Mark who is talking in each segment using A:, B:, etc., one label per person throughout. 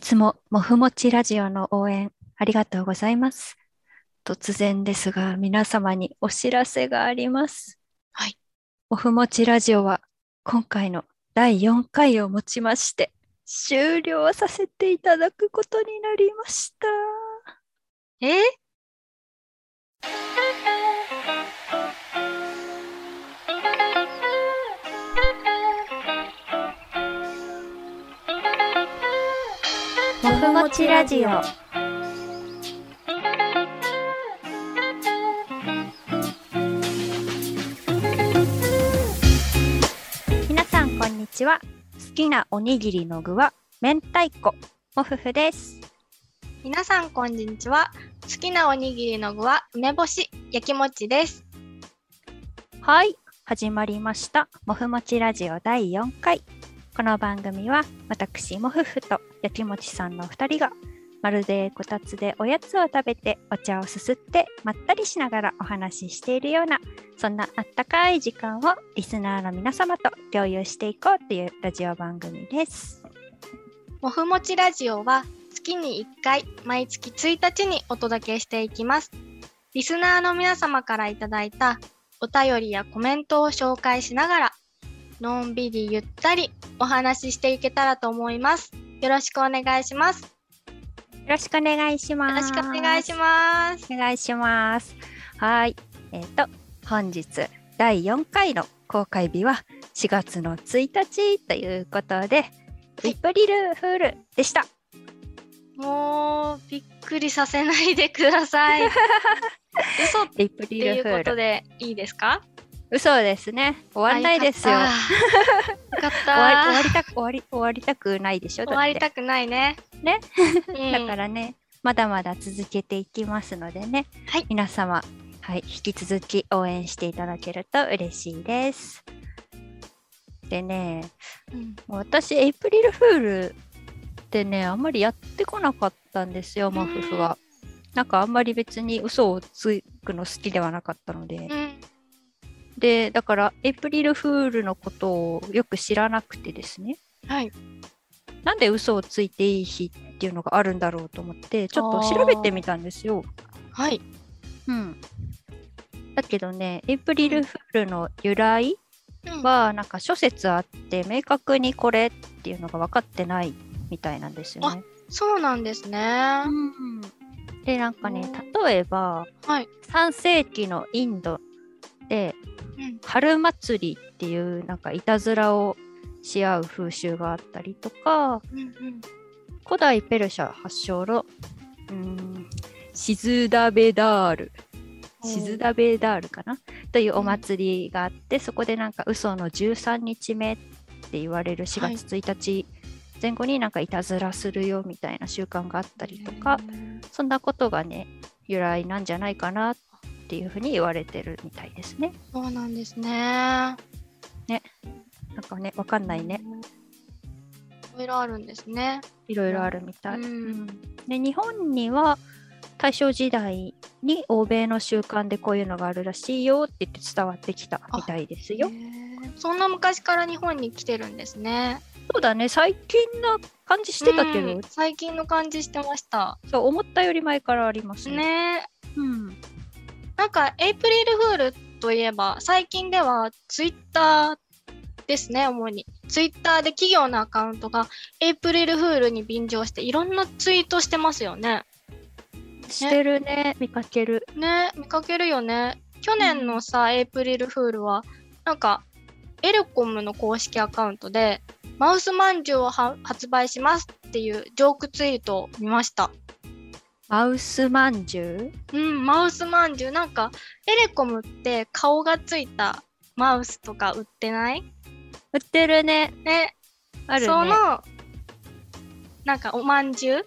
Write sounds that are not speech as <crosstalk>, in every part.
A: つももふもちラジオの応援ありがとうございます。突然ですが、皆様にお知らせがあります。
B: はい。
A: もふもちラジオは今回の第4回をもちまして終了させていただくことになりました。
B: え
A: もふもちラジオ。皆さんこんにちは。好きなおにぎりの具は明太子。もふふです。
B: 皆さんこんにちは。好きなおにぎりの具は梅干し、焼きもちです。
A: はい、始まりました。もふもちラジオ第4回。この番組は私もふふとやきもちさんの2人がまるでこたつでおやつを食べてお茶をすすってまったりしながらお話ししているようなそんなあったかい時間をリスナーの皆様と共有していこうというラジオ番組です。
B: もふもちラジオは月に1回、毎月1日にお届けしていきます。リスナーの皆様からいただいたお便りやコメントを紹介しながら、のんびりゆったりお話ししていけたらと思います。よろしくお願いします。よ
A: よろしくお願いしま
B: ろ
A: す。
B: しくお願いします。
A: お願いします。はい。えっ、と、本日第4回の公開日は4月の1日ということで、エイプリルフールでした。
B: もうびっくりさせないでください。嘘って
A: エイプリ
B: い
A: ル
B: う
A: フ
B: こ
A: ー
B: と
A: ル。
B: でいいですか？
A: 嘘ですね。終わんないですよ。 <laughs>
B: あ
A: 終
B: よかっ
A: わ
B: た。
A: 終わ
B: よか
A: り
B: った
A: く終わり終わりたくないでしょ。
B: た終わり
A: だった
B: くないね。
A: ね。
B: う
A: て
B: ん、
A: <laughs> だからね、まだまだ続けていきますのでね。
B: はい
A: 皆様、はい、引き続き応援していただけると嬉しいです。でね、
B: うん
A: 私エイプリルフールってねあんまりやってこなかったんですよモフフは。なんかあんまり別に嘘をつくの好きではなかったので、
B: うん
A: でだからエイプリルフールのことをよく知らなくてですね
B: はい。
A: なんで嘘をついていい日っていうのがあるんだろうと思ってちょっと調べてみたんですよ。
B: はい。
A: うん、だけどねエイプリルフールの由来
B: うん
A: はなんか諸説あって明確にこれっていうのが分かってないみたいなんですよね。
B: そうなんですね。は
A: うんでなんかね
B: う
A: 例えば
B: い。
A: 3世紀のインドで
B: うん
A: 春祭りっていうなんかいたずらをし合う風習があったりとか
B: うん
A: 古代ペルシャ発祥のうんシズダベダール
B: うん
A: シズダベダールかなというお祭りがあってそこでなんか嘘の13日目って言われる4月1日前後になんかいたずらするよみたいな習慣があったりとか。そんなことがね、由来なんじゃないかなっていうふうに言われてるみたいですね。
B: そうなんですね。
A: なんかね、わかんないね。。
B: いろいろあるんですね。
A: いろいろあるみたい。
B: うん
A: で、日本には大正時代に欧米の習慣でこういうのがあるらしいよって言って伝わってきたみたいですよ
B: へ。ーそんな昔から日本に来てるんですね。
A: そうだね、最近な感じしてたけど、
B: うん最近の感じしてました。
A: そう思ったより前からありますね。
B: ね
A: うん、
B: なんかエイプリルフールといえば最近ではツイッターですね主にツイッターで企業のアカウントがエイプリルフールに便乗していろんなツイートしてますよね
A: してるね、見かける。
B: ね見かけるよね去年のさ、エイプリルフールはなんかエルコムの公式アカウントでマウスまんじゅうをは発売しますっていうジョークツイートを見ました
A: マウスまんじゅ
B: うん、マウスまんじゅう。なんか、エレコムって顔がついたマウスとか売ってないう
A: 売ってるね。
B: ね。
A: あるね。
B: その、なんかおまんじゅう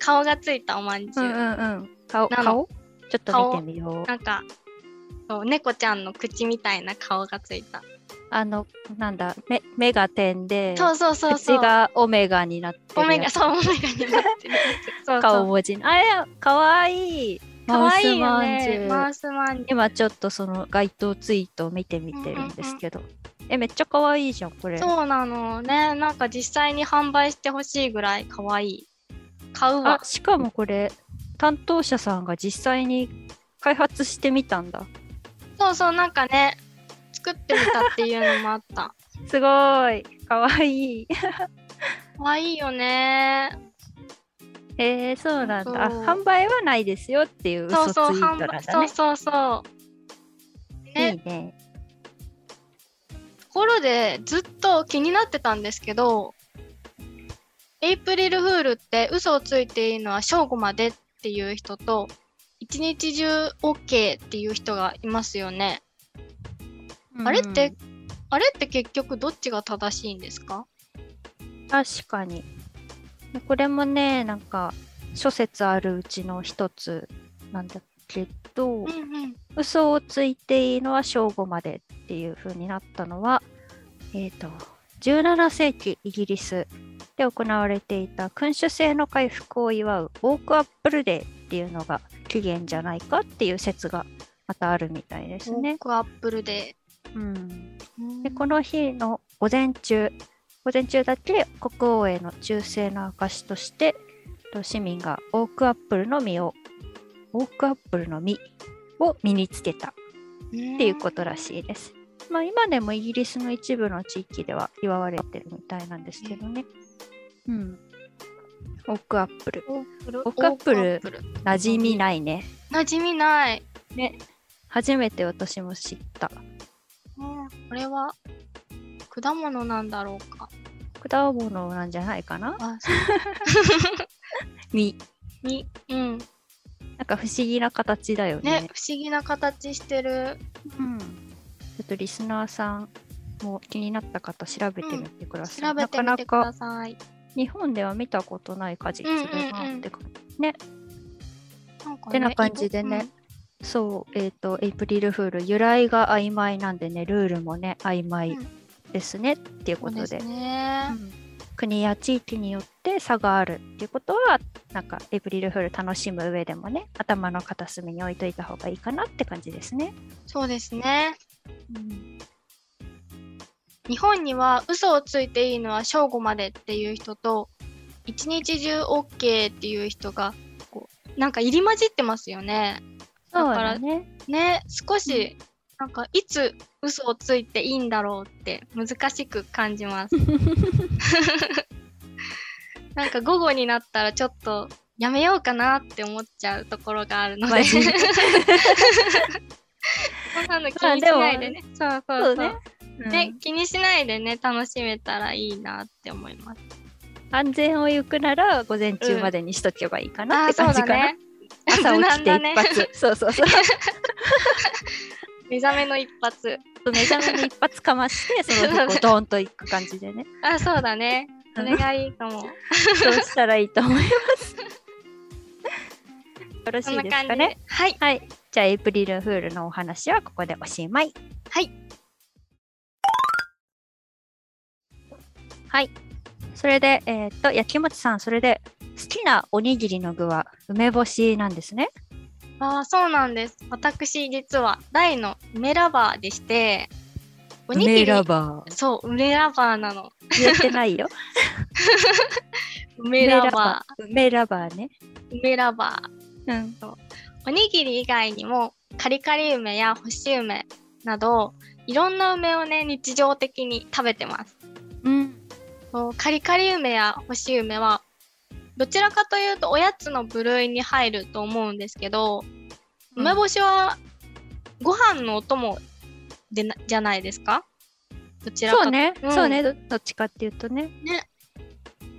B: 顔がついたおまんじ
A: う
B: ゅう。
A: んうんうん。顔
B: なの
A: 顔ちょっと見てみよう。
B: なんか、そう猫ちゃんの口みたいな顔がついた。
A: あの、なんだ、目目が点で、
B: そうそうそうそう。
A: 口がオメガになってる
B: オメ
A: や
B: ガ、
A: つ
B: そう、オメガになってるやつ。そ
A: <laughs>
B: うそ
A: 顔
B: う。
A: 文字。あれ、かわいい。
B: かわいい
A: マ
B: よ
A: ウスまんじゅ
B: ね。
A: う
B: マウスまんじゅう。
A: 今ちょっとその該当ツイートを見てみてるんですけど、え、めっちゃ可愛いじゃん、これ。
B: そうなのね。なんか実際に販売してほしいぐらい可愛い。買う
A: あ
B: わ。
A: しかもこれ担当者さんが実際に開発してみたんだ
B: そうそう、なんかね、作ってみたっていうのもあった。
A: すごーいかわいい
B: 可愛いよね。
A: えー、そうなんだあ
B: そう
A: 販売はないですよっていう
B: そ
A: 嘘
B: う
A: ツイ
B: そう、
A: ートなんだね
B: そうそうそう。
A: い
B: ね、
A: いね
B: ところでずっと気になってたんですけど、エイプリルフールって嘘をついていいのは正午までっていう人と、一日中 OK っていう人がいますよね。あれって
A: うん
B: あれって結局どっちが正しいんですか
A: 確かにでこれもねなんか諸説あるうちの一つなんだけど、
B: うんうん。
A: 嘘をついていいのは正午までっていう風になったのは、えー、と17世紀イギリスで行われていた君主制の回復を祝うウォークアップルデーっていうのが起源じゃないかっていう説がまたあるみたいです
B: ウォー
A: ね。
B: クアップルで。
A: うん、
B: うん
A: でこの日の午前中午前中だけ国王への忠誠の証としてと市民がウォークアップルの実をウォークアップルの実を身につけた
B: っ
A: っていうことらしいです。まあ、今でもイギリスの一部の地域では祝われてるみたいなんですけどね。うん。オークアップル。
B: ウォークル
A: ウォークアップル
B: ウォークアップ
A: 馴染みないね。
B: ル馴染みない。
A: 初めて私も知った。
B: ねこれは果物なんだろうか。
A: 果物なんじゃないかな
B: あ、そう
A: 実。
B: に、うん。ね、
A: なんか不思議な形だよね。
B: 不思議な形してる。
A: うん。ちょっとリスナーさんも気になった方調べてみてください。
B: 調べてみて
A: な
B: く
A: かな
B: だ
A: か
B: さい。
A: 日本では見たことない果実だなって感じ
B: なんか
A: てな感じでね。そう、えっ、と、エイプリルフール、由来が曖昧なんでね、ルールもね、曖昧
B: うん
A: ですね、っていう
B: うん、
A: こ
B: そうで
A: と
B: す
A: で、
B: ね。
A: うん国や地域によって差があるっていうことは、なんか、エイプリルフール楽しむ上でもね、頭の片隅に置いといた方がいいかなって感じですね。
B: そうですね。
A: うん、
B: 日本には嘘をついていいのは正午までっていう人と、一日中 OK っていう人が、こう、なんか入り混じってますよね。
A: そうだね。
B: ね、少し、なんかいつ嘘をついていいんだろうって難しく感じ
A: <laughs>
B: ます。なんか午後になったらちょっとやめようかなって思っちゃうところがあるの <laughs> で、
A: マ
B: そ
A: ジ
B: んなの気にしないでね。そうそう
A: そ
B: そうう。
A: ね
B: ね
A: うん
B: 気にしないでね、楽しめたらいいなって思います。
A: 安全を行くなら、午前中までにしとけばいいかなっ
B: ああ、
A: て
B: そ
A: 感
B: う
A: じ
B: だ
A: かな。
B: ね。
A: 朝起きて一
B: 無難
A: 発。
B: だね
A: そうそうそう。
B: 目覚めの一発。
A: 目覚めに一発かまして、その時こうドーンと行く感じで
B: <laughs>
A: ね。
B: あ、そうだね。それがいいかも。
A: そうしたらいいと思い
B: <laughs>
A: ます。よろし
B: そん
A: い
B: な
A: です
B: 感
A: か
B: じ
A: ね
B: で。。はい。
A: はい。じゃあ、エイプリルフールのお話はここでおしまい。
B: はい。
A: はい。それで、えーっと、やきもちさん、それで、好きなおにぎりの具は梅干しなんですね。
B: ああ、そうなんです。私、実は大の梅ラバーでして、おにぎり、
A: バ。
B: そう、梅ラバーなの。
A: 言えてない <laughs> よ。
B: 梅ラバー、
A: 梅ラバーね。
B: 梅ラバー。
A: うん。
B: おにぎり以外にも、カリカリ梅や干し梅など、いろんな梅をね、日常的に食べてます。
A: うん。
B: そうカリカリ梅や干し梅は、どちらかというとおやつの部類に入ると思うんですけど、梅干しはご飯のお供でなじゃないですかどちらか
A: そ
B: と
A: うね、
B: うん
A: そうね。どどっちかっていうとね。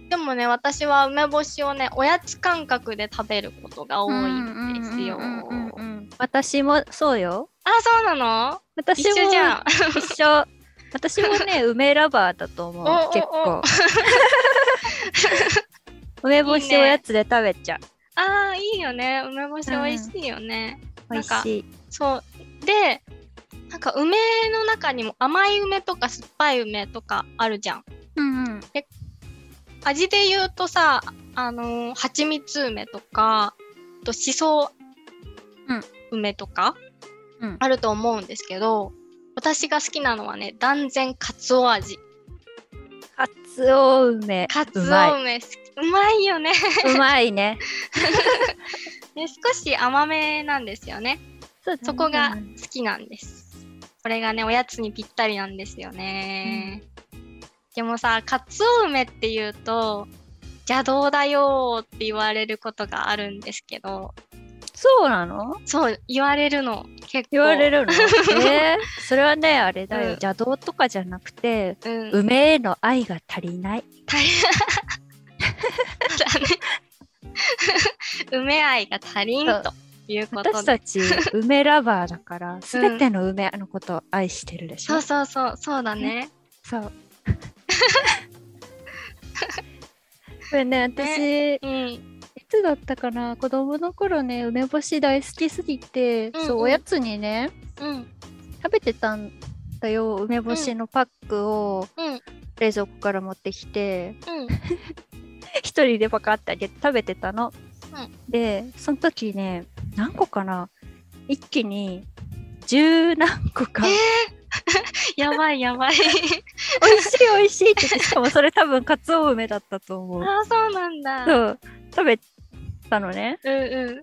B: でもね、私は梅干しをね、おやつ感覚で食べることが多いんですよ。
A: うんうんうんうんうん私もそうよ。
B: あ、そうなの
A: 私
B: 一
A: も
B: 緒じゃん。 <laughs>
A: 一緒。私もね、梅ラバーだと思
B: おお
A: う
B: お。
A: 結
B: <laughs>
A: 構。梅干
B: いい
A: し
B: ね
A: おやつで食べちゃう。
B: ああ、いいよね。梅干し美味しいよね。
A: 美味しい。
B: そう。で、なんか梅の中にも甘い梅とか酸っぱい梅とかあるじゃん。
A: うんうん。
B: 味で言うとさ、あのー、蜂蜜梅とか、あとしそ
A: うん
B: 梅とか、
A: うん
B: あると思うんですけど、私が好きなのはね、断然カツオ味。
A: かつお梅。
B: カツオ
A: うまい。
B: 梅好き。うまいよね。 <laughs>
A: うまいね。
B: ね少し甘めなんですよね。
A: そうだね
B: <laughs> そこが好きなんです。これがね、おやつにぴったりなんですよね。でもさ、かつお梅っていうと、邪道だよーって言われることがあるんですけど、
A: そうなの
B: そう、言われるの、結構。
A: 言われるのえーそれはね、あれだよ。
B: うん
A: 邪道とかじゃなくて、
B: うん。 <laughs>
A: 梅への愛が足りない。
B: 大変そうだね。梅愛が足りん
A: そう
B: ということ
A: 私
B: で。
A: たち梅ラバーだから、すべての梅のことを愛してるでしょ。
B: そうそうそう、そうだね。
A: そう。 <laughs> これね、私、
B: うん。
A: いつだったかな子供の頃ね梅干し大好きすぎて、
B: うんうん
A: そうおやつにね
B: うん。
A: 食べてたんだよ梅干しのパックを
B: うん。
A: 冷蔵庫から持ってきて、 <laughs>
B: うん。
A: 一人でパカってあげて食べてたの。
B: う
A: でその時ね何個かな一気に十何個か、
B: え <laughs> やば
A: <laughs>
B: いやばい。
A: 美味しい美味しいって言ってしかもそれ多分かつお梅だったと思う。
B: ああ、そうなんだ。
A: そう食べたのね。
B: うんうん。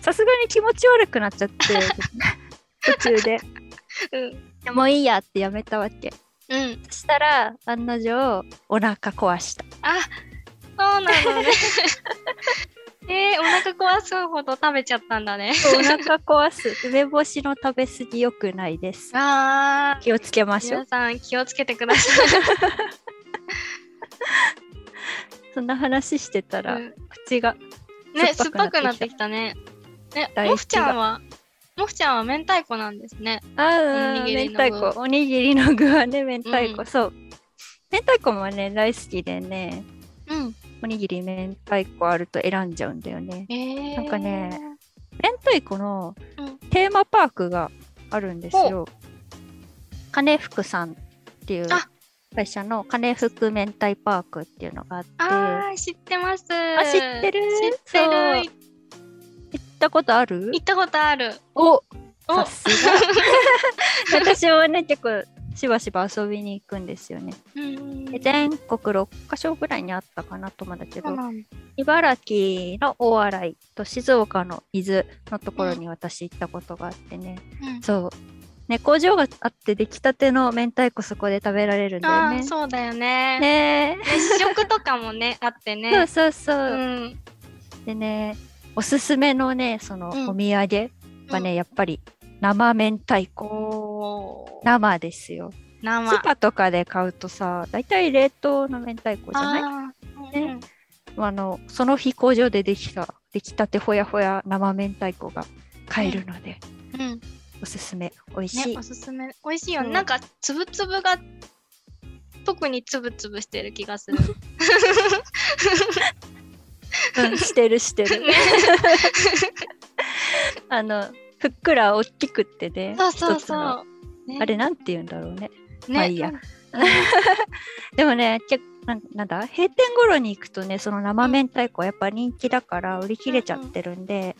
A: さすがに気持ち悪くなっちゃって <laughs> 途中で。
B: うん。
A: でもういいやってやめたわけ
B: うん。
A: そしたら案の定お腹壊した
B: あ、そうなのね。 <laughs> えー、お腹壊すほど食べちゃったんだね。
A: お腹壊す梅干しの食べ過ぎ良くないです
B: ああ、
A: 気をつけましょう
B: 皆さん気をつけてください。
A: そんな話してた
B: <laughs>
A: ら、
B: うん
A: 口が
B: ね、
A: 酸
B: 酸
A: っ
B: っ
A: ぱ
B: ぱ
A: く
B: く
A: な
B: な
A: っ
B: ってて
A: き
B: きたね。ね、
A: 唾液が
B: モフちゃんは、モフちゃんは明太子なんですね。
A: あ
B: お
A: う
B: にぎ
A: 明
B: りの具
A: 太子おにぎりの具はね明太子、
B: うん
A: そう明太子もね大好きでね
B: うん。
A: おにぎり明太子あると選んじゃうんだよね
B: えー、
A: なんかね。明太子の
B: うん
A: テーマパークがあるんですよ。金福さんっていう
B: あ
A: 会社の金福明太パークっていうのがあって、
B: ああ、知ってます。あ
A: 知ってる
B: 知って
A: そう
B: る。い
A: 行ったことある
B: 行ったことある。
A: お
B: お
A: さす
B: <laughs>
A: が私はね、結構しばしば遊びに行くんですよね。
B: うんうん
A: で全国6カ所ぐらいにあったかなと思うんだけ
B: そう
A: ど、
B: なんだ
A: 茨城の大洗と静岡の伊豆のところに私行ったことがあってね、
B: うん
A: そう。ね、工場があって出来たての明太子そこで食べられるんだよ
B: あ
A: ね。
B: あ、そうだよね。
A: ね
B: ね試食とかもね、あって
A: え。そう
B: ね。
A: そうそうう。
B: ん。
A: でね、おすすめのね、その
B: うん
A: お土産はね、
B: うん、
A: やっぱり生明太子。
B: おー
A: 生ですよ。
B: 生。
A: スーパーとかで買うとさ、大体冷凍の明太子じゃないあ
B: あー
A: ねの、その日工場でできた、出来たてほやほや生明太子が買えるので、
B: うんうん。うん
A: おすすめ、美味し
B: ね
A: い。、
B: おすすめ。美味しいよね。
A: そう
B: なんか、つぶつぶが、特につぶつぶしてる気がす
A: <laughs>
B: る。
A: うん、してるして
B: <laughs>
A: る。あの、ふっくら大きくってね。
B: そうそう
A: 一つの
B: そう。ね
A: あれなんて言うんだろうね。
B: ね
A: まあいいや
B: うん
A: でもね、けなんなんだ閉店頃に行くとね、その生明太子はやっぱ人気だから売り切れちゃってるんで、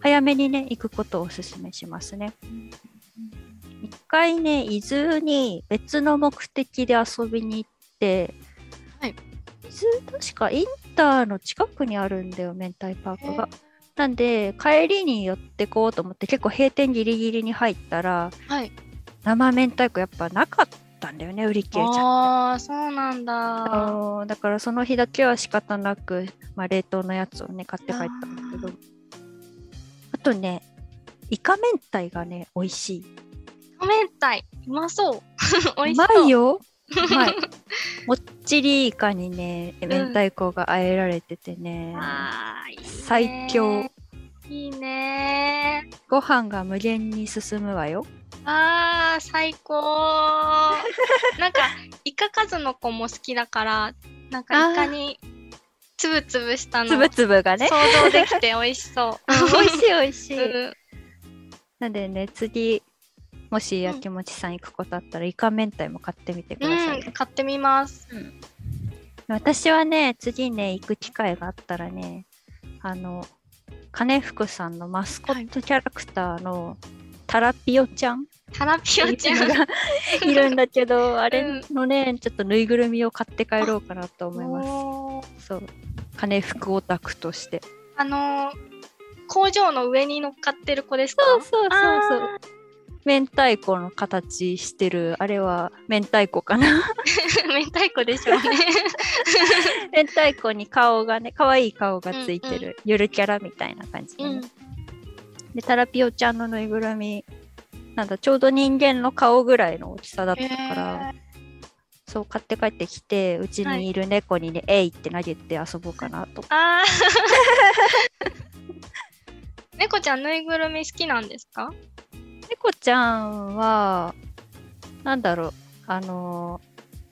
A: 早めにね、行くことをおすすめしますね。一回ね、伊豆に別の目的で遊びに行って、
B: はい
A: 伊豆確かインターの近くにあるんだよ、明太パークが。なんで、帰りに寄ってこうと思って、結構閉店ギリギリに入ったら、
B: はい。
A: 生明太子やっぱなかったんだよね、売り切れちゃって。
B: ああ、そうなん
A: あ
B: だ。
A: のーだからその日だけは仕方なく、まあ、冷凍のやつをね買って帰ったんだけど
B: あ
A: あ
B: ー
A: とねイカ明太がね美味しい
B: お明太、うまそう。 <laughs> 美味し
A: ま
B: そう。
A: い
B: <laughs>
A: ようまいもっちりイカにね明太子があえられててね、
B: あーいいね
A: 最強。
B: いいね
A: ご飯が無限に進むわよ
B: あー最
A: <laughs>
B: 高なんかイカ数の子も好きだからなんかイカにつぶつぶしたの
A: つぶつぶが
B: 想
A: ね
B: 像できて美味しそう
A: <laughs> 美味しい美味しい、
B: うん
A: なんでね次もしやきもちさん行くことあったら、イカ明太も買ってみてください、
B: うん買ってみます
A: 私はね、次ね、行く機会があったらね、あの、金福さんのマスコットキャラクターの、タラピオちゃんっ
B: タラピ
A: てい
B: オちゃん
A: うのがいるんだけど、あ
B: う
A: れ
B: ん
A: のね、ちょっとぬいぐるみを買って帰ろうかなと思います。
B: おー
A: そう。金服オタクとして。
B: あのー工場の上に乗っかってる子ですか
A: そうそうそうそ
B: あ
A: う。明太子の形してる、あれは明太子かな。
B: ー <laughs> 明太子で
A: <laughs>
B: しょうね
A: 明太子に顔がね、可愛い顔がついてる、ゆるキャラみたいな感じでね、
B: うん
A: で、タラピオちゃんのぬいぐるみ、なんだ、ちょうど人間の顔ぐらいの大きさだったから、
B: え
A: そう買って帰ってきて、うち
B: はい
A: にいる猫にね、えいって投げて遊ぼうかなと。
B: ーあー <laughs> 猫ちゃんぬいぐるみ好きなんですか
A: 猫ちゃんは、なんだろう、あの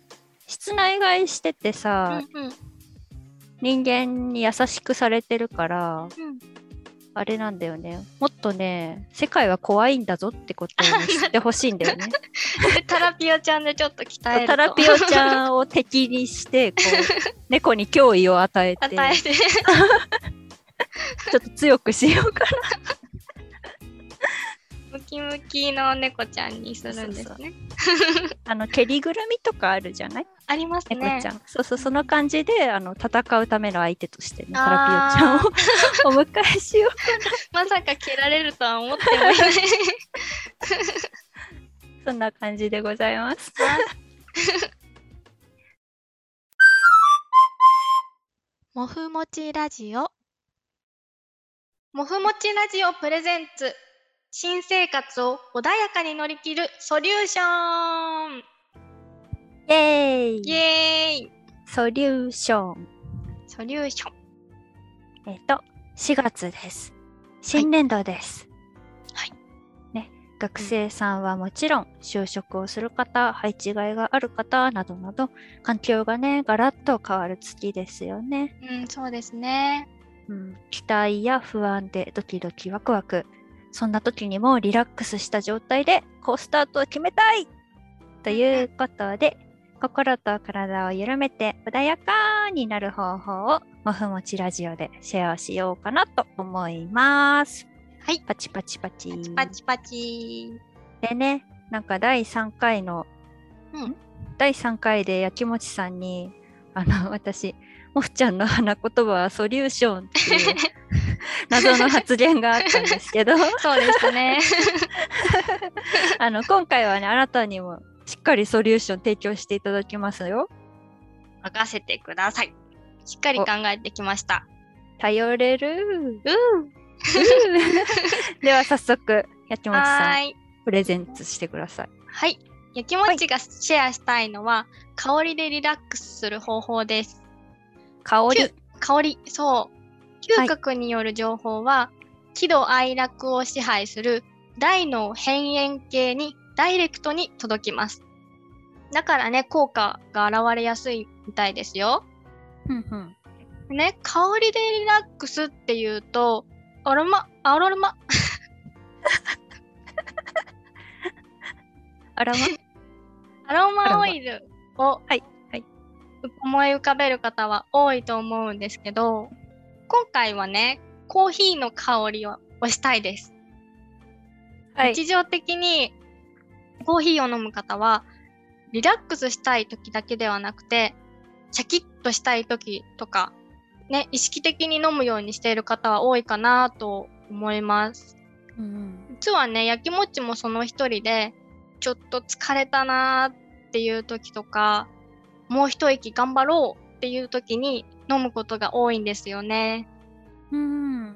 A: ー室内飼いしてて
B: うん
A: さ、
B: うん
A: 人間に優しくされてるから、
B: うん
A: あれなんだよね。もっとね、世界は怖いんだぞってこと
B: <laughs>
A: を知ってほしいんだよね。
B: タラピオちゃんでちょっと鍛えると
A: タラピオちゃんを敵にして、こう、
B: <laughs>
A: 猫に脅威を与えて、
B: 与えて
A: ちょっと強くしようか
B: ムキムキの猫ちゃんにするんですね
A: そうな。あの、蹴りぐるみとかあるじゃない
B: ありますね
A: 猫ちゃん。そうそう、その感じで、あの、戦うための相手としてね、タラピオちゃんを <laughs> お迎えしよう。
B: まさか蹴られるとは思ってもいない
A: <laughs> そんな感じでございます。
B: もふもちラジオもふもちラジオプレゼンツ新生活を穏やかに乗り切るソリューション
A: イェーイ
B: <laughs> イエーイ
A: ソリューション。
B: ソリューション
A: えっ、と、4月です。新年度です。
B: はい。
A: ね、学生さんはもちろん、就職をする方、配置がいがある方などなど、環境がね、ガラッと変わる月ですよね。
B: うんそうですね
A: うん、期待や不安でドキドキワクワク。そんな時にもリラックスした状態で、好スタートを決めたいということで、心と体を緩めて穏やかになる方法を、もふもちラジオでシェアしようかなと思います。
B: はい
A: パチパチパチ。
B: パチパチ
A: でね、なんか第3回の、
B: うん
A: ん第3回でやきもちさんに、あの、 <laughs> 私、もふちゃんの花言葉はソリューションっていう
B: <laughs>
A: 謎の発言があったんですけど、
B: そうでした
A: <laughs>
B: ね
A: あの、今回はね、あなたにもしっかりソリューション提供していただきますよ。
B: 任せてくださいしっかり考えてきました
A: 頼れる。 <laughs>
B: うん
A: では早速、やきもち
B: は
A: さん、
B: ーい
A: プレゼンツしてください。
B: はい。やきもちがシェアしたいのは、香りでリラックスする方法です。
A: 香
B: キ
A: り
B: ュ。香り、そう。嗅覚による情報は、喜怒哀楽を支配する大脳辺縁系にダイレクトに届きます。だからね、効果が現れやすいみたいですよ。
A: うんうん
B: ね、香りでリラックスっていうと、アロマ、アロマ、
A: あ
B: <laughs>
A: らま、
B: アロ
A: アロ
B: マ
A: マ
B: オイルを、
A: はいはい
B: 思い浮かべる方は多いと思うんですけど今回はねコーヒーの香りを推したいです、
A: はい。
B: 日常的にコーヒーを飲む方はリラックスしたい時だけではなくてシャキッとしたい時とかね意識的に飲むようにしている方は多いかなと思います
A: うんうん
B: 実はねやきもちもその一人でちょっと疲れたなーっていう時とかもう一息頑張ろうっていう時に飲むことが多いんですよね
A: うん。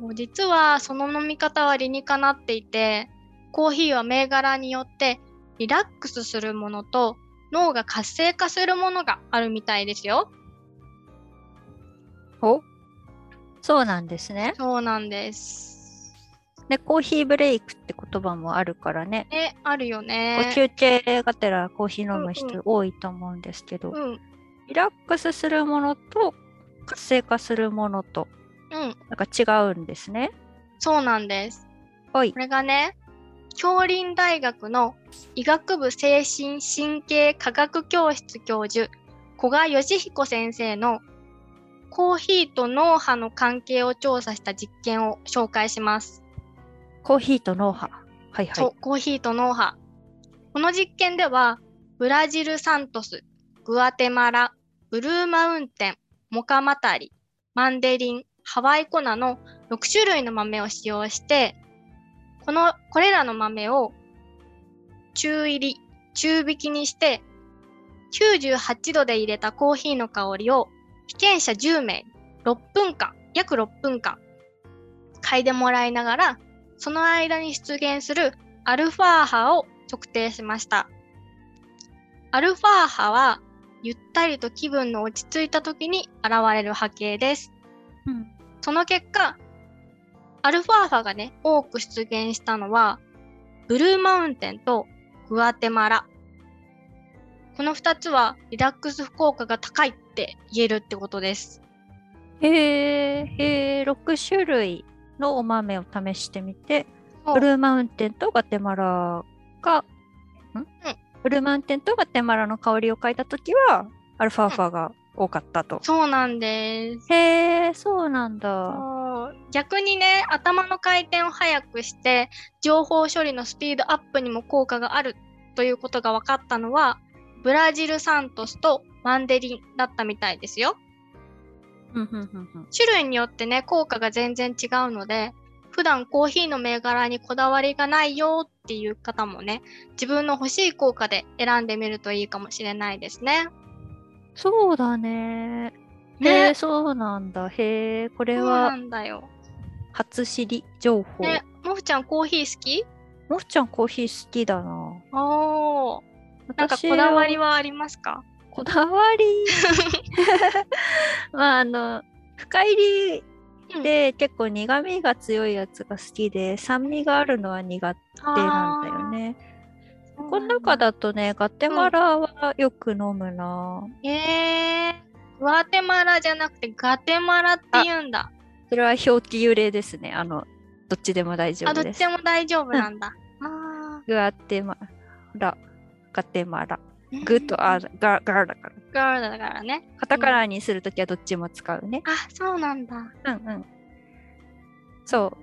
B: もう実はその飲み方は理にかなっていてコーヒーは銘柄によってリラックスするものと脳が活性化するものがあるみたいですよ
A: おそうなんですね。
B: そうなんです
A: ね、コーヒーブレイクって言葉もあるからね、
B: えあるよ
A: こう
B: ね
A: 休憩がてらコーヒー飲む
B: うんう
A: 人多いと思うんですけど、
B: うんうん
A: リラックスするものと活性化するものとなんか違うんですね。
B: そうなんです
A: はい
B: こ。れがね、京林大学の医学部精神神経科学教室教授、古賀義彦先生のコーヒーと脳波の関係を調査した実験を紹介します。
A: コーヒーと脳波。はいは
B: そう
A: い。
B: コーヒーと脳波。この実験では、ブラジルサントス、グアテマラ、ブルーマウンテン、モカマタリ、マンデリン、ハワイコナの6種類の豆を使用して、この、これらの豆を中入り、中挽きにして、98度で入れたコーヒーの香りを被験者10名、6分間、約6分間、嗅いでもらいながら、その間に出現するアルファ波を測定しました。アルファ波は、ゆったりと気分の落ち着いた時に現れる波形です。
A: うん
B: その結果、アルファ波がね、多く出現したのは、ブルーマウンテンとグアテマラ。この2つはリラックス効果が高いって言えるってことです。
A: へえ、へえ、6種類のお豆を試してみて、
B: そう
A: ブルーマウンテンとガテマラが、んブルーマウンテンとガテマラの香りを嗅いだときは、アルファーファが多かったと。
B: そうなんです。
A: へえ、そうなんだ。
B: そう逆にね頭の回転を速くして情報処理のスピードアップにも効果があるということが分かったのはブラジルサントスとマンデリンだったみたいですよ
A: うんうんうんうん
B: 種類によってね効果が全然違うので普段コーヒーの銘柄にこだわりがないよっていう方もね自分の欲しい効果で選んでみるといいかもしれないですね。
A: そうだね。へえ、
B: ね
A: そうなんだ。へえ、これ
B: そう
A: は
B: なんだよ。
A: 初知り情報。
B: ねもふちゃんコーヒー好き
A: もふちゃんコーヒー好きだな。
B: おーなんか
A: 私
B: こだわりはありますか
A: こだわりまああの深入りで結構苦味が強いやつが好きで酸味があるのは苦手なんだよね。
B: あー。
A: この中だとねガテマラはよく飲むな。
B: へえグアテマラじゃなくてガテマラって言うんだ。
A: それは表記幽霊ですね。あのどっちでも大丈
B: あ、ど
A: 夫で
B: っ
A: す。
B: ちでも大丈夫なんだ。あ
A: グアテマラガテマラ
B: ー
A: グとア。ガガだから。
B: ガールだからね。
A: カタカナにするときはどっちも使うね。
B: あ、そうなんだ。
A: うんうん。そ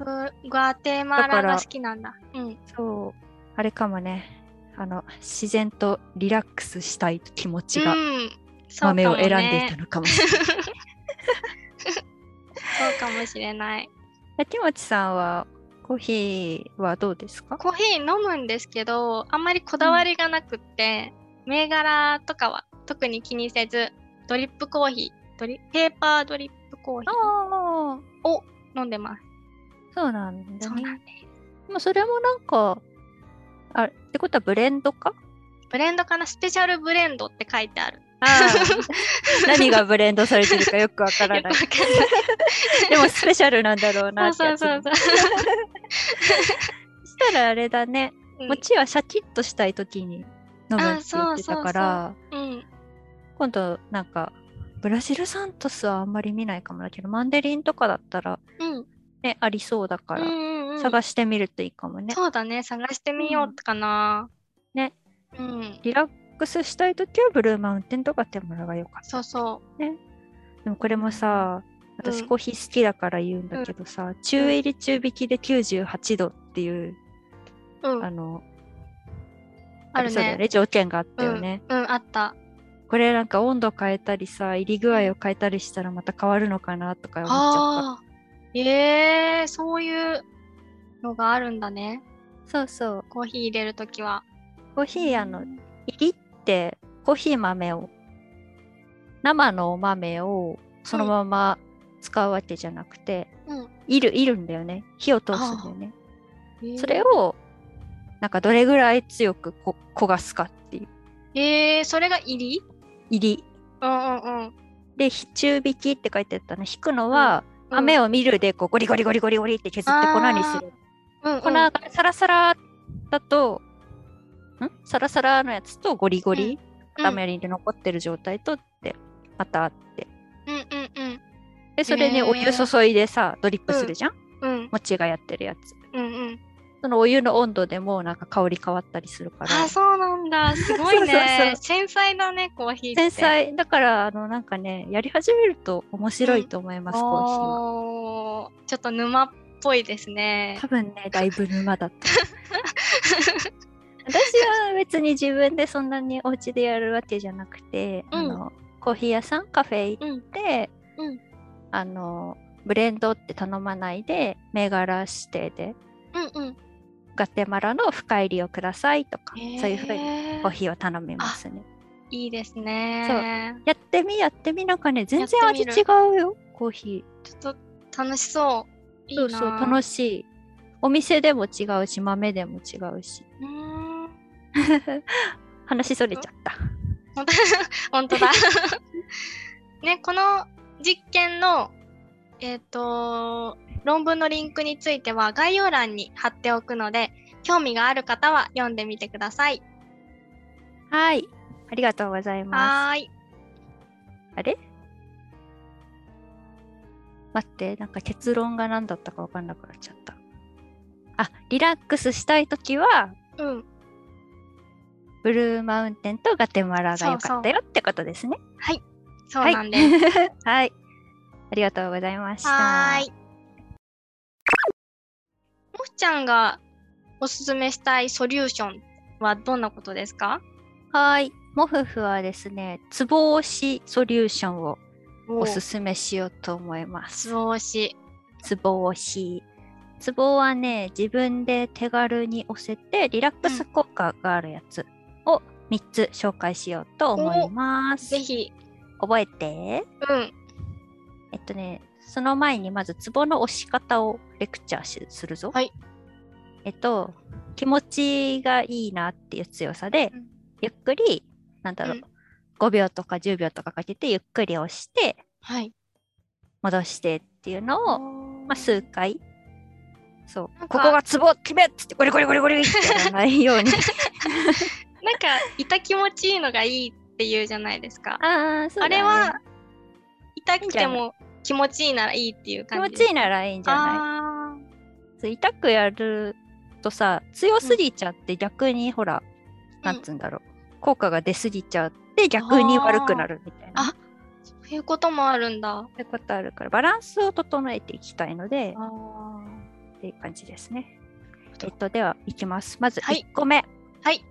A: う。
B: ググアテマラが好きなんだ。うん。
A: そう、あれかもね。あの、自然とリラックスしたい気持ちが
B: うんそうかもね
A: 豆を選んでいたのかもしれ
B: <laughs>
A: ない。
B: そうかもしれない。
A: やきもちさんはコーヒーはどうですか
B: コーヒー飲むんですけど、あんまりこだわりがなくって、銘柄とかは特に気にせず、ドリップコーヒー、ドリペーパードリップコーヒ
A: ああ、
B: ーを飲んでます。
A: そうなんだ
B: そうなん
A: ね。
B: です。
A: でもそれもなんか、あれってことはブレンドか
B: ブレンドかなスペシャルブレンドって書いてある。
A: <laughs> 何がブレンドされてるかよくわから
B: よく
A: な
B: わ
A: い。
B: か
A: でもスペシャルなんだろうん
B: な。
A: ないって
B: そう
A: やつ。
B: そうそう
A: そしたらあれだね、
B: そう。
A: こっちはシャキッとしたい時に飲むって言ってたから。
B: うん。うん
A: 今度なんかブラジルサントスはあんまり見ないかもだけどマンデリンとかだったら
B: うん。
A: ねありそうだか
B: う
A: ら
B: んうんうん。
A: 探してみるといいかもね、
B: そうだね。探してみようかな。
A: うんね。
B: うん。
A: リラックスしたい時はブルーマウンテンとかってもらがよかっ
B: そうそ
A: たでもこれもさ私
B: うん
A: コーヒー好きだから言うんだけどさ、中入り中引きで98度っていう、
B: う。うん。
A: あ
B: あ
A: の
B: る
A: そうだよ
B: ね。
A: ね条件があったよね、
B: うん、あった。
A: これなんか温度変えたりさ入り具合を変えたりしたらまた変わるのかなとか思っちゃった
B: ああ。ええー、そういうのがあるんだね。
A: そうそう
B: コーヒー入れるときは。
A: コーヒーあの入りってコーヒー豆を生のお豆をそのまま使うわけじゃなくて、
B: うん
A: いるいるんだよね火を通すんだよねそれ
B: を。
A: をなんかどれぐらい強くこ焦がすかっていう
B: ええー、それが入り
A: 入り
B: うんうんうん。
A: で火中引きって書いてあったの引くのは、
B: うん
A: 豆をミルでこうゴリゴリゴリゴリゴリって削って粉にする
B: うん、うん。
A: 粉がサラサラだとんサラサラのやつとゴリゴリ、
B: うんうん
A: ダメリで残ってる状態とってまたあって
B: うんうんうん。
A: でそれにお湯注いでさドリップするじゃん、
B: うん
A: もちがやってるやつ
B: うんうん。
A: そのお湯の温度でもうなんか香り変わったりするから
B: あ、そうな
A: <laughs>
B: んだ。すごいね。
A: そうそうそう
B: 繊細だね、コーヒーって。
A: 繊細だからあのなんかねやり始めると面白いと思います、コーヒーは
B: おーちょっと沼っぽいですね。
A: 多分
B: <laughs>
A: ね、だいぶ沼だった。私は別に自分でそんなにお家でやるわけじゃなくて、
B: うん
A: あのコーヒー屋さんカフェ行って、
B: うんうん
A: あのブレンドって頼まないで銘柄指定で
B: うんうん。
A: ガテマラの深入りをくださいとか、そういうふうにコー
B: に。
A: ヒーを頼みますね。
B: いいですね。
A: やってみやってみなんかね全然
B: やって
A: 味
B: みる
A: 違うよコーヒ
B: ちょっと楽しそう。い
A: ー。
B: いな。
A: そうそう楽しい。お店でも違うし豆でも違うし。
B: うーん <laughs>
A: 話それちゃった。
B: 本当本当だ。 <laughs> ね、この実験の、えっ、と、論文のリンクについては概要欄に貼っておくので、興味がある方は読んでみてください。
A: はい。ありがとうございます。
B: はーい。
A: あれ待って、なんか結論が何だったか分かんなくなっちゃった。あ、リラックスしたいときは、
B: うん。
A: ブルーマウンテンとガテマラが良かったよってことですね。
B: そうなんです。
A: <laughs> はい。ありがとうございました。
B: <laughs> はーい。もふちゃんがおすすめしたいソリューションはどんなことですか
A: はーい。モフフはですね、つぼ押しソリューションをおすすめしようと思います。
B: つぼ押し。
A: ツボ押し。ツボはね、自分で手軽に押せてリラックス効果があるやつを3つ紹介しようと思います。
B: ぜひ。
A: 覚えて。
B: うん。
A: えっとね、その前にまずツボの押し方をレクチャーしするぞ。
B: はい
A: えっと、気持ちがいいなっていう強さで、
B: うん
A: ゆっくり、なんだろう、
B: うん
A: 5秒とか10秒とかかけてゆっくり押して、
B: はい。
A: 戻してっていうのをまあ、数回そう
B: なん
A: こ
B: か
A: こがツボ決めっつってゴリゴリゴリゴリってやらないように
B: なんか、いた気持ちいいのがいいって言うじゃないですか。
A: ああそうだ
B: <laughs> あ
A: ね
B: れは、痛
A: い
B: く
A: い
B: て
A: んじゃ
B: も気持ちいいならいいっていう
A: 気
B: 感
A: 持
B: じ。
A: ちいいならいいんじゃな
B: あ
A: いそう痛くやるとさ強すぎちゃって逆にほら、
B: ん
A: なんつうんだろう効果が出すぎちゃって逆に悪くなるみたいな
B: あー
A: そ
B: ーそういうこともあるんだ。
A: ういうことあるからバランスを整えていきたいのでっていう感じですねえっとではいきますまず
B: はい
A: 1個目
B: はい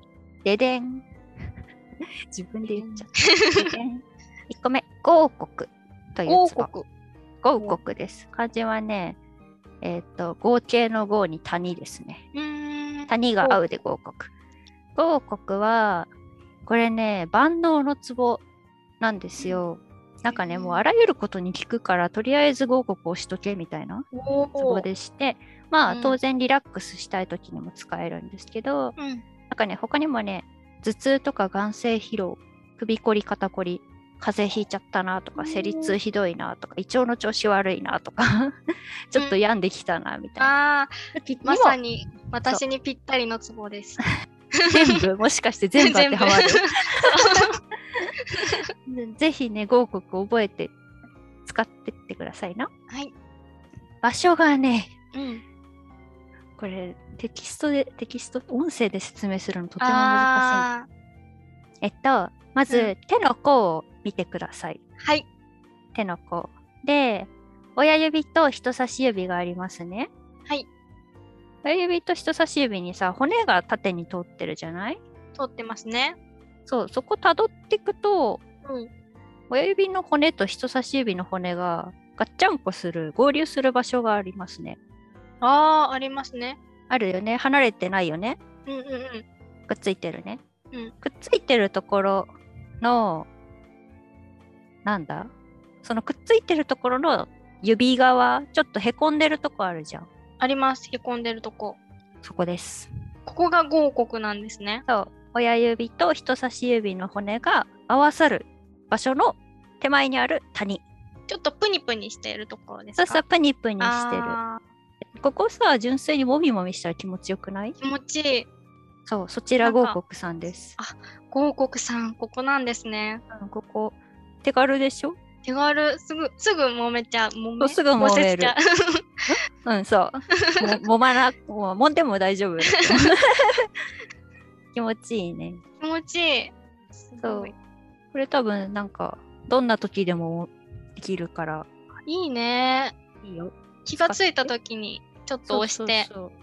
A: ででん <laughs> 自分で言っちゃった1個目「豪国」という
B: 王
A: ツボ
B: 国。
A: 豪国です漢字はねえっ、と合計の豪に谷ですね
B: うーん。
A: 谷が合うで豪国豪国はこれね万能のツボなんですよなんかねもうあらゆることに効くからとりあえず豪国をしとけみたいな
B: お
A: ツボ
B: ー
A: でしてまあ
B: うん
A: 当然リラックスしたい時にも使えるんですけど、
B: うん。
A: なんかね、他にもね、頭痛とか眼性疲労、首こり、肩こり、風邪ひいちゃったなと
B: う
A: か、
B: ん
A: 生理痛ひどいなとか、胃腸の調子悪いなとか、 <laughs> ちょっと病んできたなみたいな。
B: ああ、
A: 時にも
B: まさに私にぴったりのツ
A: <laughs>
B: ボです。
A: 全部、もしかして全部当てはま
B: 全
A: る。
B: <laughs>
A: ぜひね、合国覚えて使ってってくださいな。
B: 部 <laughs> はい。
A: 場所がね、
B: うん。
A: これテキストで、テキスト、音声で説明するのとても難し
B: ああ
A: い。えっと、まず、
B: うん
A: 手の甲を見てください。
B: ー。はい。
A: 手の甲で親指と人差し指がありますね
B: はい
A: 親指と人差し指にさ骨が縦に通ってるじゃない
B: 通ってますね。
A: そうそこ辿っていくと
B: うん。
A: 親指の骨と人差し指の骨がガッチャンコする合流する場所がありますね
B: ああ、ありますね。
A: あるよね離れてないよね
B: うんうんうん。
A: くっついてるね、
B: うん
A: くっついてるところのなんだそのくっついてるところの指側ちょっとへこんでるとこあるじゃん
B: あります。へこんでるとこ。
A: そこです
B: ここが合国なんですね。
A: そう親指と人差し指の骨が合わさる場所の手前にある谷
B: ちょっとプニプニしてるところです
A: そ
B: か
A: うそうプニプニしてる
B: あ
A: ここさ純粋にもみもみしたら気持ちよくない
B: ー気持ちいい。
A: そうそちら
B: なん
A: 合
B: か
A: 国さんです
B: 合国さん、ここなんですね。
A: うんここ手軽でしょ
B: 手軽、すぐ、すぐ揉めちゃう。揉め
A: そうすぐ揉める
B: 揉せちゃう <laughs>
A: うんそう <laughs> も揉まなもう揉んでも大丈夫 <laughs> 気持ちいいね
B: 気持ちいい。す
A: そ
B: ご
A: う
B: い。
A: これ多分なんかどんな時でもできるから
B: いいね。
A: いいよ
B: 気がついた時に、ちちょっと押して
A: そうそうそう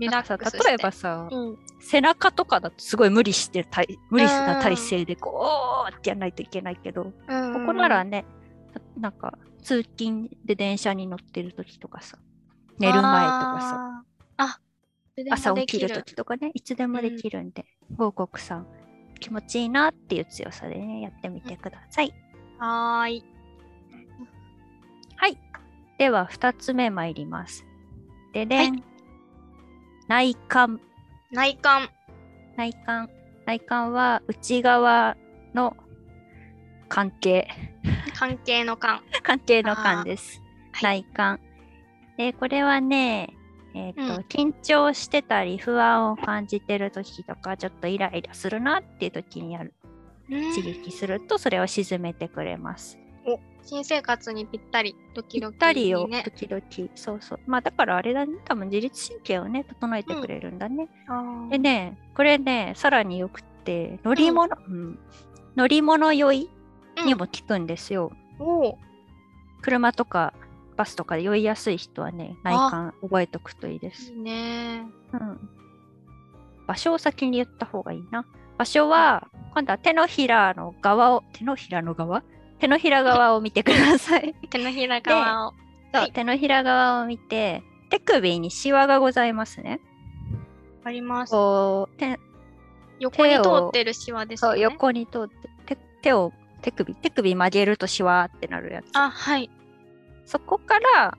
B: リ
A: なん
B: ラ
A: かさ
B: ックスして
A: 例えばさ、
B: うん
A: 背中とかだとすごい無理してたい無理した体勢でこうってやらないといけないけど、
B: うんうん
A: ここならねななんか通勤で電車に乗ってる時とかさ寝る前とかさ
B: あーあそれでも
A: 朝起
B: で
A: きる時とかねいつでもできるんで、合国さん気持ちいいなっていう強さでねやってみてください、
B: はーい
A: はいでは2つ目参りますででん、内観
B: 内観
A: 内観内観は内側の関
B: <laughs>
A: 係
B: 関係の観
A: 関係の感です。
B: あーは
A: 内観。で、これはね、えっ、と、
B: うん
A: 緊張してたり、不安を感じてる時とか、ちょっとイライラするなっていう時にやる
B: うん
A: 刺激すると、それを沈めてくれます。
B: 新生活にぴったりドキ
A: ぴ
B: ド
A: っ
B: キ
A: たり
B: い
A: を
B: いね
A: 時々、そうそう。まあ、だからあれだね、多分自律神経をね、整えてくれるんだね。
B: あー
A: でね、これね、さらによくって、乗り物、うん乗り物酔いにも効くんですよ。
B: おー
A: 車とかバスとかで酔いやすい人はね内観覚えておくといいで
B: い
A: す、
B: いね
A: うん、場所を先に言った方がいいな場所は今度は手のひらの側を手のひらの側手のひら側を見てください
B: 手のひら側を
A: そう
B: はい
A: 手のひら側を見て手首にシワがございますね
B: あります
A: こう手
B: 横に
A: 手を
B: 通ってるシワですよ
A: そう
B: ね
A: 横に通って手手を手首手首曲げるとシワーってなるやつ
B: あはい
A: そこから、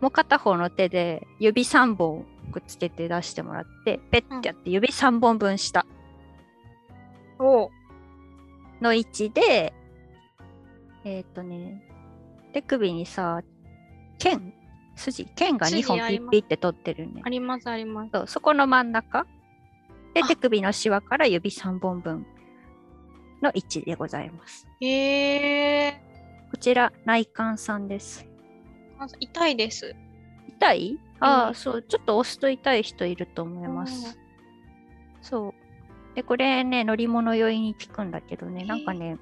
A: もう片方の手で指3本くっつけて出してもらって、ペッてやって指3本分下
B: おー
A: の位置で、えーっ、とね、手首にさ、剣筋剣が2本
B: 筋あ
A: ピ
B: りま
A: ッ
B: す
A: ピッて取ってるね
B: あ。りますあります
A: そうそこの真ん中で
B: あ
A: 手首のシワから指3本分の位置でございます。
B: へえ
A: こちら、内観さんです。
B: ー、あ痛いです
A: 痛いああ、
B: うん
A: そうちょっと押すと痛い人いると思います、そうでこれね乗り物酔いに効くんだけどね
B: へえ
A: なんかね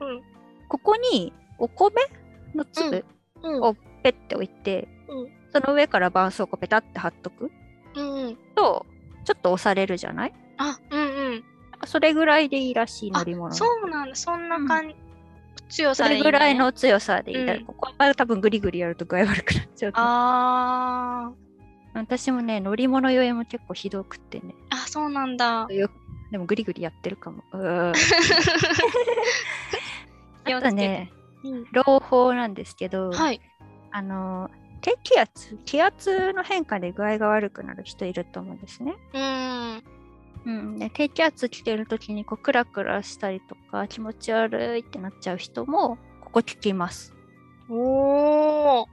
B: うん
A: ここにお米の粒
B: うん
A: をペッて置いて、
B: うん
A: その上から絆創膏ペタって貼っとく
B: うんうん
A: とちょっと押されるじゃない
B: あうんうん
A: なんかそれぐらいでいいらしい乗り物の
B: そうなんだそんな感じ、強
A: そ
B: さでい
A: れ
B: い
A: ぐらい
B: ね
A: の強さでいい、だ
B: うん
A: ここは多分グリグリやると具合悪くなっちゃうと思う
B: あー
A: 私もね乗り物酔いも結構ひどくってね
B: あそうなんだ
A: よでもグリグリやってるかも。うー
B: <laughs> 気を
A: あ
B: つけ
A: と
B: て
A: ね、
B: うん
A: 朗報なんですけど、
B: はい
A: あの低気圧、気圧の変化で具合が悪くなる人いると思うんですね。
B: うーん
A: うん、で低気圧来てる時にこうクラクラしたりとか気持ち悪いってなっちゃう人もここ聞きます。
B: おお、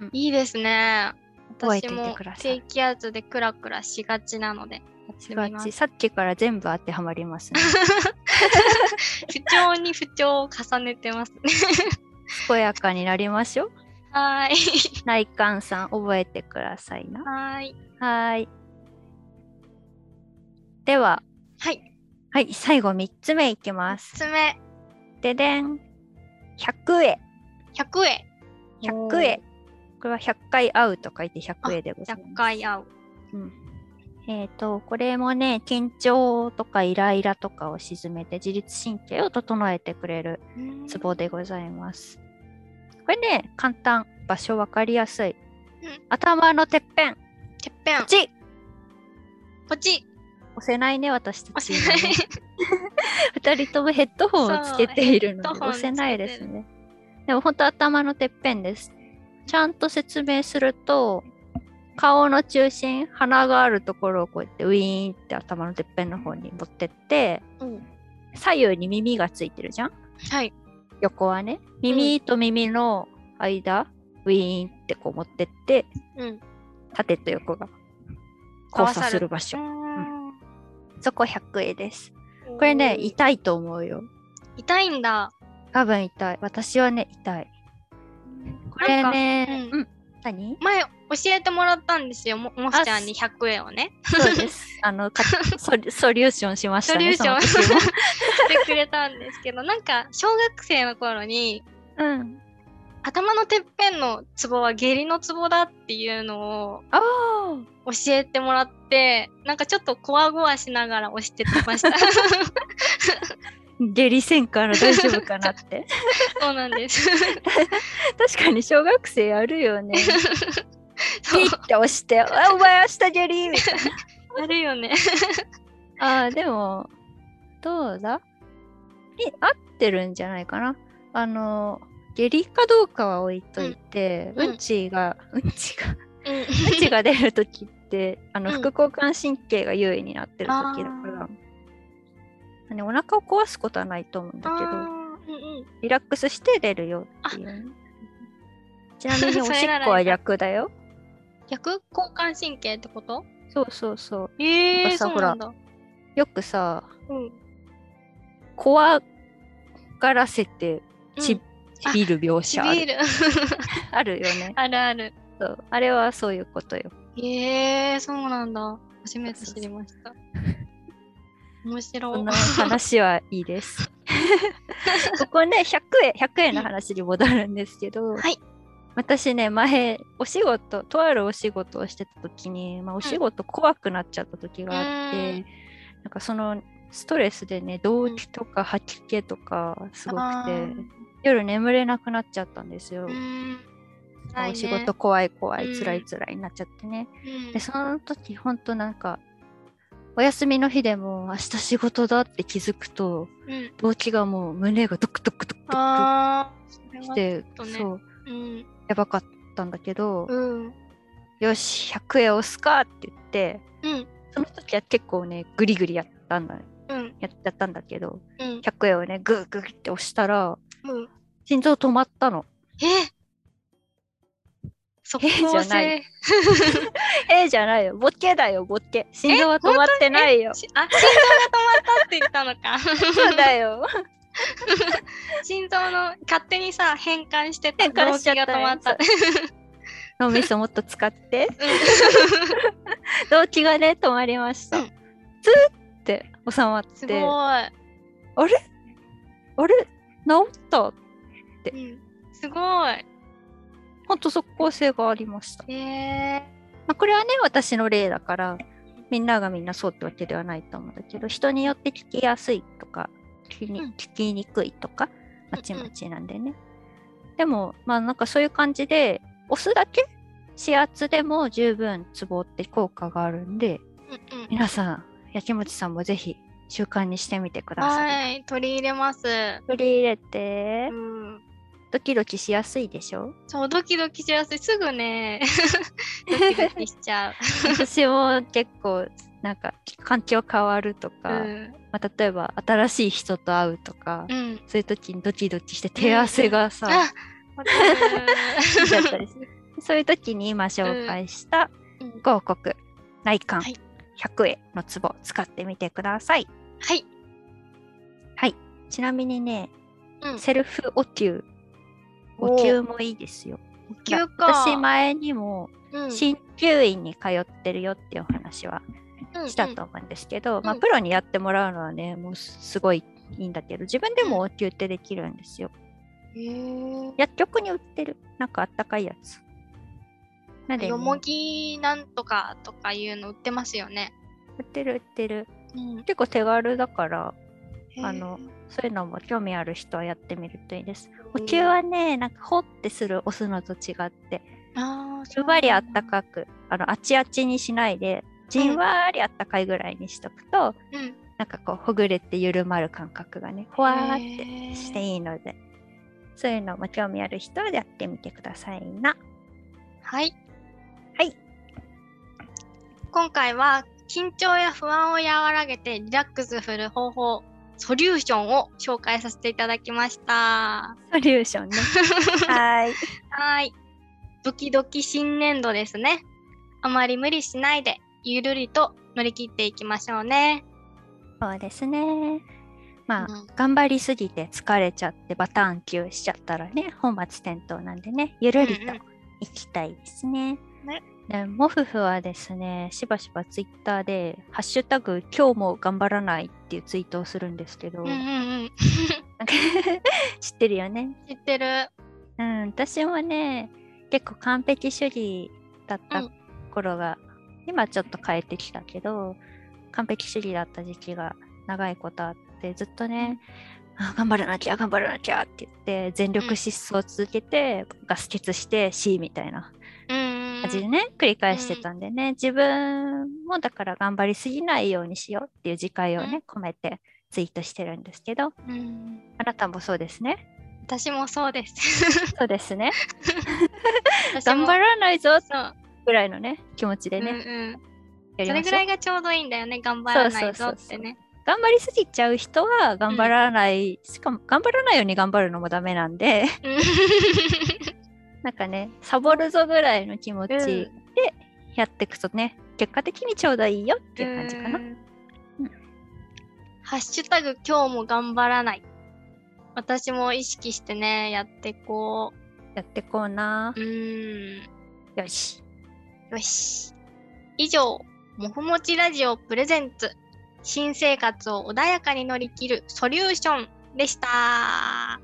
A: うん
B: いいですね
A: 覚えて
B: 私
A: いて
B: も
A: くださ
B: 低
A: い。
B: 気圧でクラクラしがちなのでやってみます
A: さっきから全部当てはまります
B: <laughs>
A: ね。
B: 不調に不調を重ねてますね <laughs>
A: 健やかになりましょう。
B: はーい
A: 内観さん覚えてくださいな。
B: はーい
A: はーい。では、
B: はい
A: はい、最後3つ目いきま
B: 3
A: す。
B: つ目
A: ででん。100円。
B: 100円
A: 100円。これは100回会うと書いて100円でございます。
B: 100回会う
A: うんえっ、と、これもね、緊張とかイライラとかを沈めて自律神経を整えてくれるツボでございます。これね、簡単。場所わかりやすい
B: うん。
A: 頭のてっぺん。
B: てっぺん
A: ポチッ
B: ポチ
A: 押せないね、私たち
B: 押
A: 今
B: せ
A: ね。
B: ない
A: 2人ともヘッドホンをつけているので
B: そう
A: 押せないですね。でも本当頭のてっぺんです。ちゃんと説明すると顔の中心鼻があるところをこうやってウィーンって頭のてっぺんの方に持ってって
B: うん
A: 左右に耳がついてるじゃん
B: はい
A: 横はね耳と耳の間、ウィーンってこう持ってって
B: うん
A: 縦と横が
B: 合
A: 交
B: わさる
A: 差する場所
B: こ
A: そこ100円ですこれね痛いと思うよ
B: 痛いんだ
A: 多分痛い私はね痛いこれね、
B: う
A: うん、何
B: 前教えてもらったんですよももしちゃんに100円をね
A: そう
B: <laughs>
A: です。あの、かソリソリューションしましたね。
B: ソリューシ
A: そ
B: ョン
A: の時
B: <laughs>
A: も
B: してくれたんですけどなんか小学生の頃に
A: うん。
B: 頭のてっぺんのツボは下痢のツボだっていうのを
A: ああ
B: 教えてもらってなんかちょっとこわごわしながら押してって
A: <laughs>
B: ました
A: 下痢せんから大丈夫かなって
B: <laughs> そうなんです
A: 確かに小学生あるよねピ
B: そう
A: ッて押
B: <laughs>
A: して「あお前明日下痢」みたいな
B: あるよね
A: あーでもどうだえ合ってるんじゃないかなあの下痢かどうかは置いといて、
B: う
A: うんん、ちがうんちが
B: うん
A: うんちが出るとき
B: <laughs>
A: ってあの
B: うん
A: 副交感神経が優位になってるときだから、ね、お腹を壊すことはないと思うんだけど
B: あーうんうん
A: リラックスして出るよっていうね、ちな
B: <laughs>
A: みにお
B: そ
A: し
B: れなら
A: っこは逆だよ
B: 逆交感神経ってこと
A: そうそうそう
B: え
A: なん
B: ー、
A: かさ
B: そうなんだ
A: よくさ
B: うんうん
A: 怖がらせてち,、
B: あ
A: びる描
B: ち
A: 写あ
B: び
A: る
B: る
A: あるよね
B: <laughs> あるある
A: そうあれはそういうことよ
B: えー、そうなんだ初めて知りました面白
A: こ
B: い
A: の話はいいです
B: <laughs>
A: ここね100円100円の話に戻るんですけど、
B: はい
A: 私ね前お仕事とあるお仕事をしてた時に、まあ、お仕事怖くなっちゃった時があって、
B: うん
A: なんかそのストレスでね動悸とか吐き気とかすごくて、
B: あー
A: 夜眠れなくなっちゃったんですよ、
B: うーん
A: まあ
B: 辛い
A: お
B: ね
A: 仕事怖い怖
B: う
A: い
B: ん
A: 辛い辛いになっちゃってね、
B: うん
A: でその時ほんとなんかお休みの日でも明日仕事だって気づくと
B: うん
A: 動機がもう胸がドクドクドクドク
B: あーそれは
A: して
B: とね
A: そう
B: うん
A: やばかったんだけど、
B: うん
A: よし100円押すかって言って
B: うん
A: その時は結構ねグリグリやったんだ
B: うん
A: やっちゃったんだけど
B: うん
A: 100円をねグーグーって押したら
B: うん
A: 心臓止まったの。
B: え速
A: えじ
B: 攻
A: ゃな
B: 性
A: いえーじゃないよボケだよボケ心臓は止まってないよ。
B: しあ心臓が止まったって言ったのか <laughs>
A: そうだ <laughs> よ。
B: 心臓の勝手にさ変換してた
A: 変換しちゃった
B: 動機が止まった
A: ね脳みそもっと使って
B: うん
A: 動機がね止まりました、
B: うん
A: ツーって収まっ
B: す
A: て
B: ごい
A: あれ治った
B: うんすごい。
A: ほんと即効性がありました、ま
B: え
A: あ、これはね私の例だからみんながみんなそうってわけではないと思うんだけど人によって聞きやすいとか聞きに,、
B: うん
A: 聞きにくいとかまちまちなんでね、でもまあなんかそういう感じで押すだけ指圧でも十分ツボって効果があるんで
B: ー。うんうん。
A: 皆さんやきもちさんもぜひ習慣にしてみてください
B: はい、取り入れます。
A: 取り入れて
B: う、ん。
A: ドキドキしやすいでし
B: <laughs>
A: ょ
B: そう、ドキドキしやすい。す
A: <laughs>
B: ぐね、ドキドキしちゃう。
A: 私も結構なんか環境変わると
B: う
A: か、
B: ん。
A: まあ、例えば新しい人と会うとか、
B: うん。
A: そういう時にドキドキして手汗が <laughs> さ、
B: あ、わかる。
A: 出ちゃったりするそういう時に今紹介した
B: うん
A: 合国内観
B: はい
A: 100円のツボ使ってみてください
B: はい。
A: ちなみにね、
B: うん
A: セルフお灸
B: お
A: お灸もいいですよお
B: 灸か
A: 私前にも
B: うん
A: 鍼灸院に通ってるよっていうお話はしたと思うんですけど、まあ、プロにやってもらうのはねもうすすごいいいんだけど自分でも応急ってできるんですよ、
B: うんうんへ
A: 薬局に売ってるなんかあったかいやつなん
B: え。
A: で、ね、
B: よも
A: 売
B: ぎなんとかとかいうの売ってますよね。
A: ってる売ってる
B: うん。
A: 結構手軽だから
B: へー
A: あの、そういうのも興味ある人はやってみるといいですお灸はねなんかほってする押すのと違って
B: ああ、
A: じんわりあったかくあのあちあちにしないでじんわりあったかいぐらいにしとくと、
B: うん。
A: なんかこうほぐれて緩まる感覚がねほわーって
B: て
A: していいので、そういうのも興味ある人はやってみてくださいな。
B: はい。
A: はい。
B: 今回は緊張や不安を和らげてリラックスする方法、ソリューションを紹介させていただきました。
A: ソリューシ <laughs> ョンね。はい。
B: はい。ドキドキ新年度ですね。あまり無理しないで、ゆるりと乗り切っていきましょうね。
A: そうですね。まあ、
B: うん
A: 頑張りすぎて疲れちゃってバターン休しちゃったらね本末転倒なんでねゆるりと
B: うんうん
A: いきたいですね。
B: ね
A: でモフフはですねしばしばツイッターで「ハッシュタグ今日も頑張らない」っていうツイー <laughs> トをするんですけど、
B: うんうんうん。
A: なんか知ってるよね
B: 知ってる。
A: うん、私もね、結構完璧主義だった
B: うん
A: 頃が、今ちょっと変えてきたけど、完璧主義だった時期が長いことあって、ずっとね、あ頑張らなきゃ、頑張らなきゃって言って、全力疾走を続けて、ガス欠して C みたいな
B: うん。
A: 感じでね、繰り返してたんでね、自分もだから頑張りすぎないようにしようっていう自戒をね、込めてツイートしてるんですけど、
B: うん。
A: あなたもそうですね。
B: 私もそうです。
A: <laughs> そうですね。
B: 私
A: 頑
B: も
A: 張らないぞ
B: そう。
A: ぐらいのね、気持ちで
B: うん
A: ね、
B: うん。
A: やり
B: そ
A: ま
B: れ
A: し
B: ぐ
A: ょう
B: らいがちょうどいいんだよね頑張らないぞってね
A: 頑張りすぎちゃう人は頑張らない、しかも頑張らないように頑張るのもダメなんでなんかねサボるぞぐらいの気持ち
B: うん
A: でやっていくとね、結果的にちょうどいいよっていう感じかな、
B: うん
A: うん
B: ハッシュタグ今日も頑張らない私も意識してねやってこ
A: やってこうな
B: ううーん
A: よし
B: よし以上もふもちラジオプレゼンツ新生活を穏やかに乗り切るソリューションでした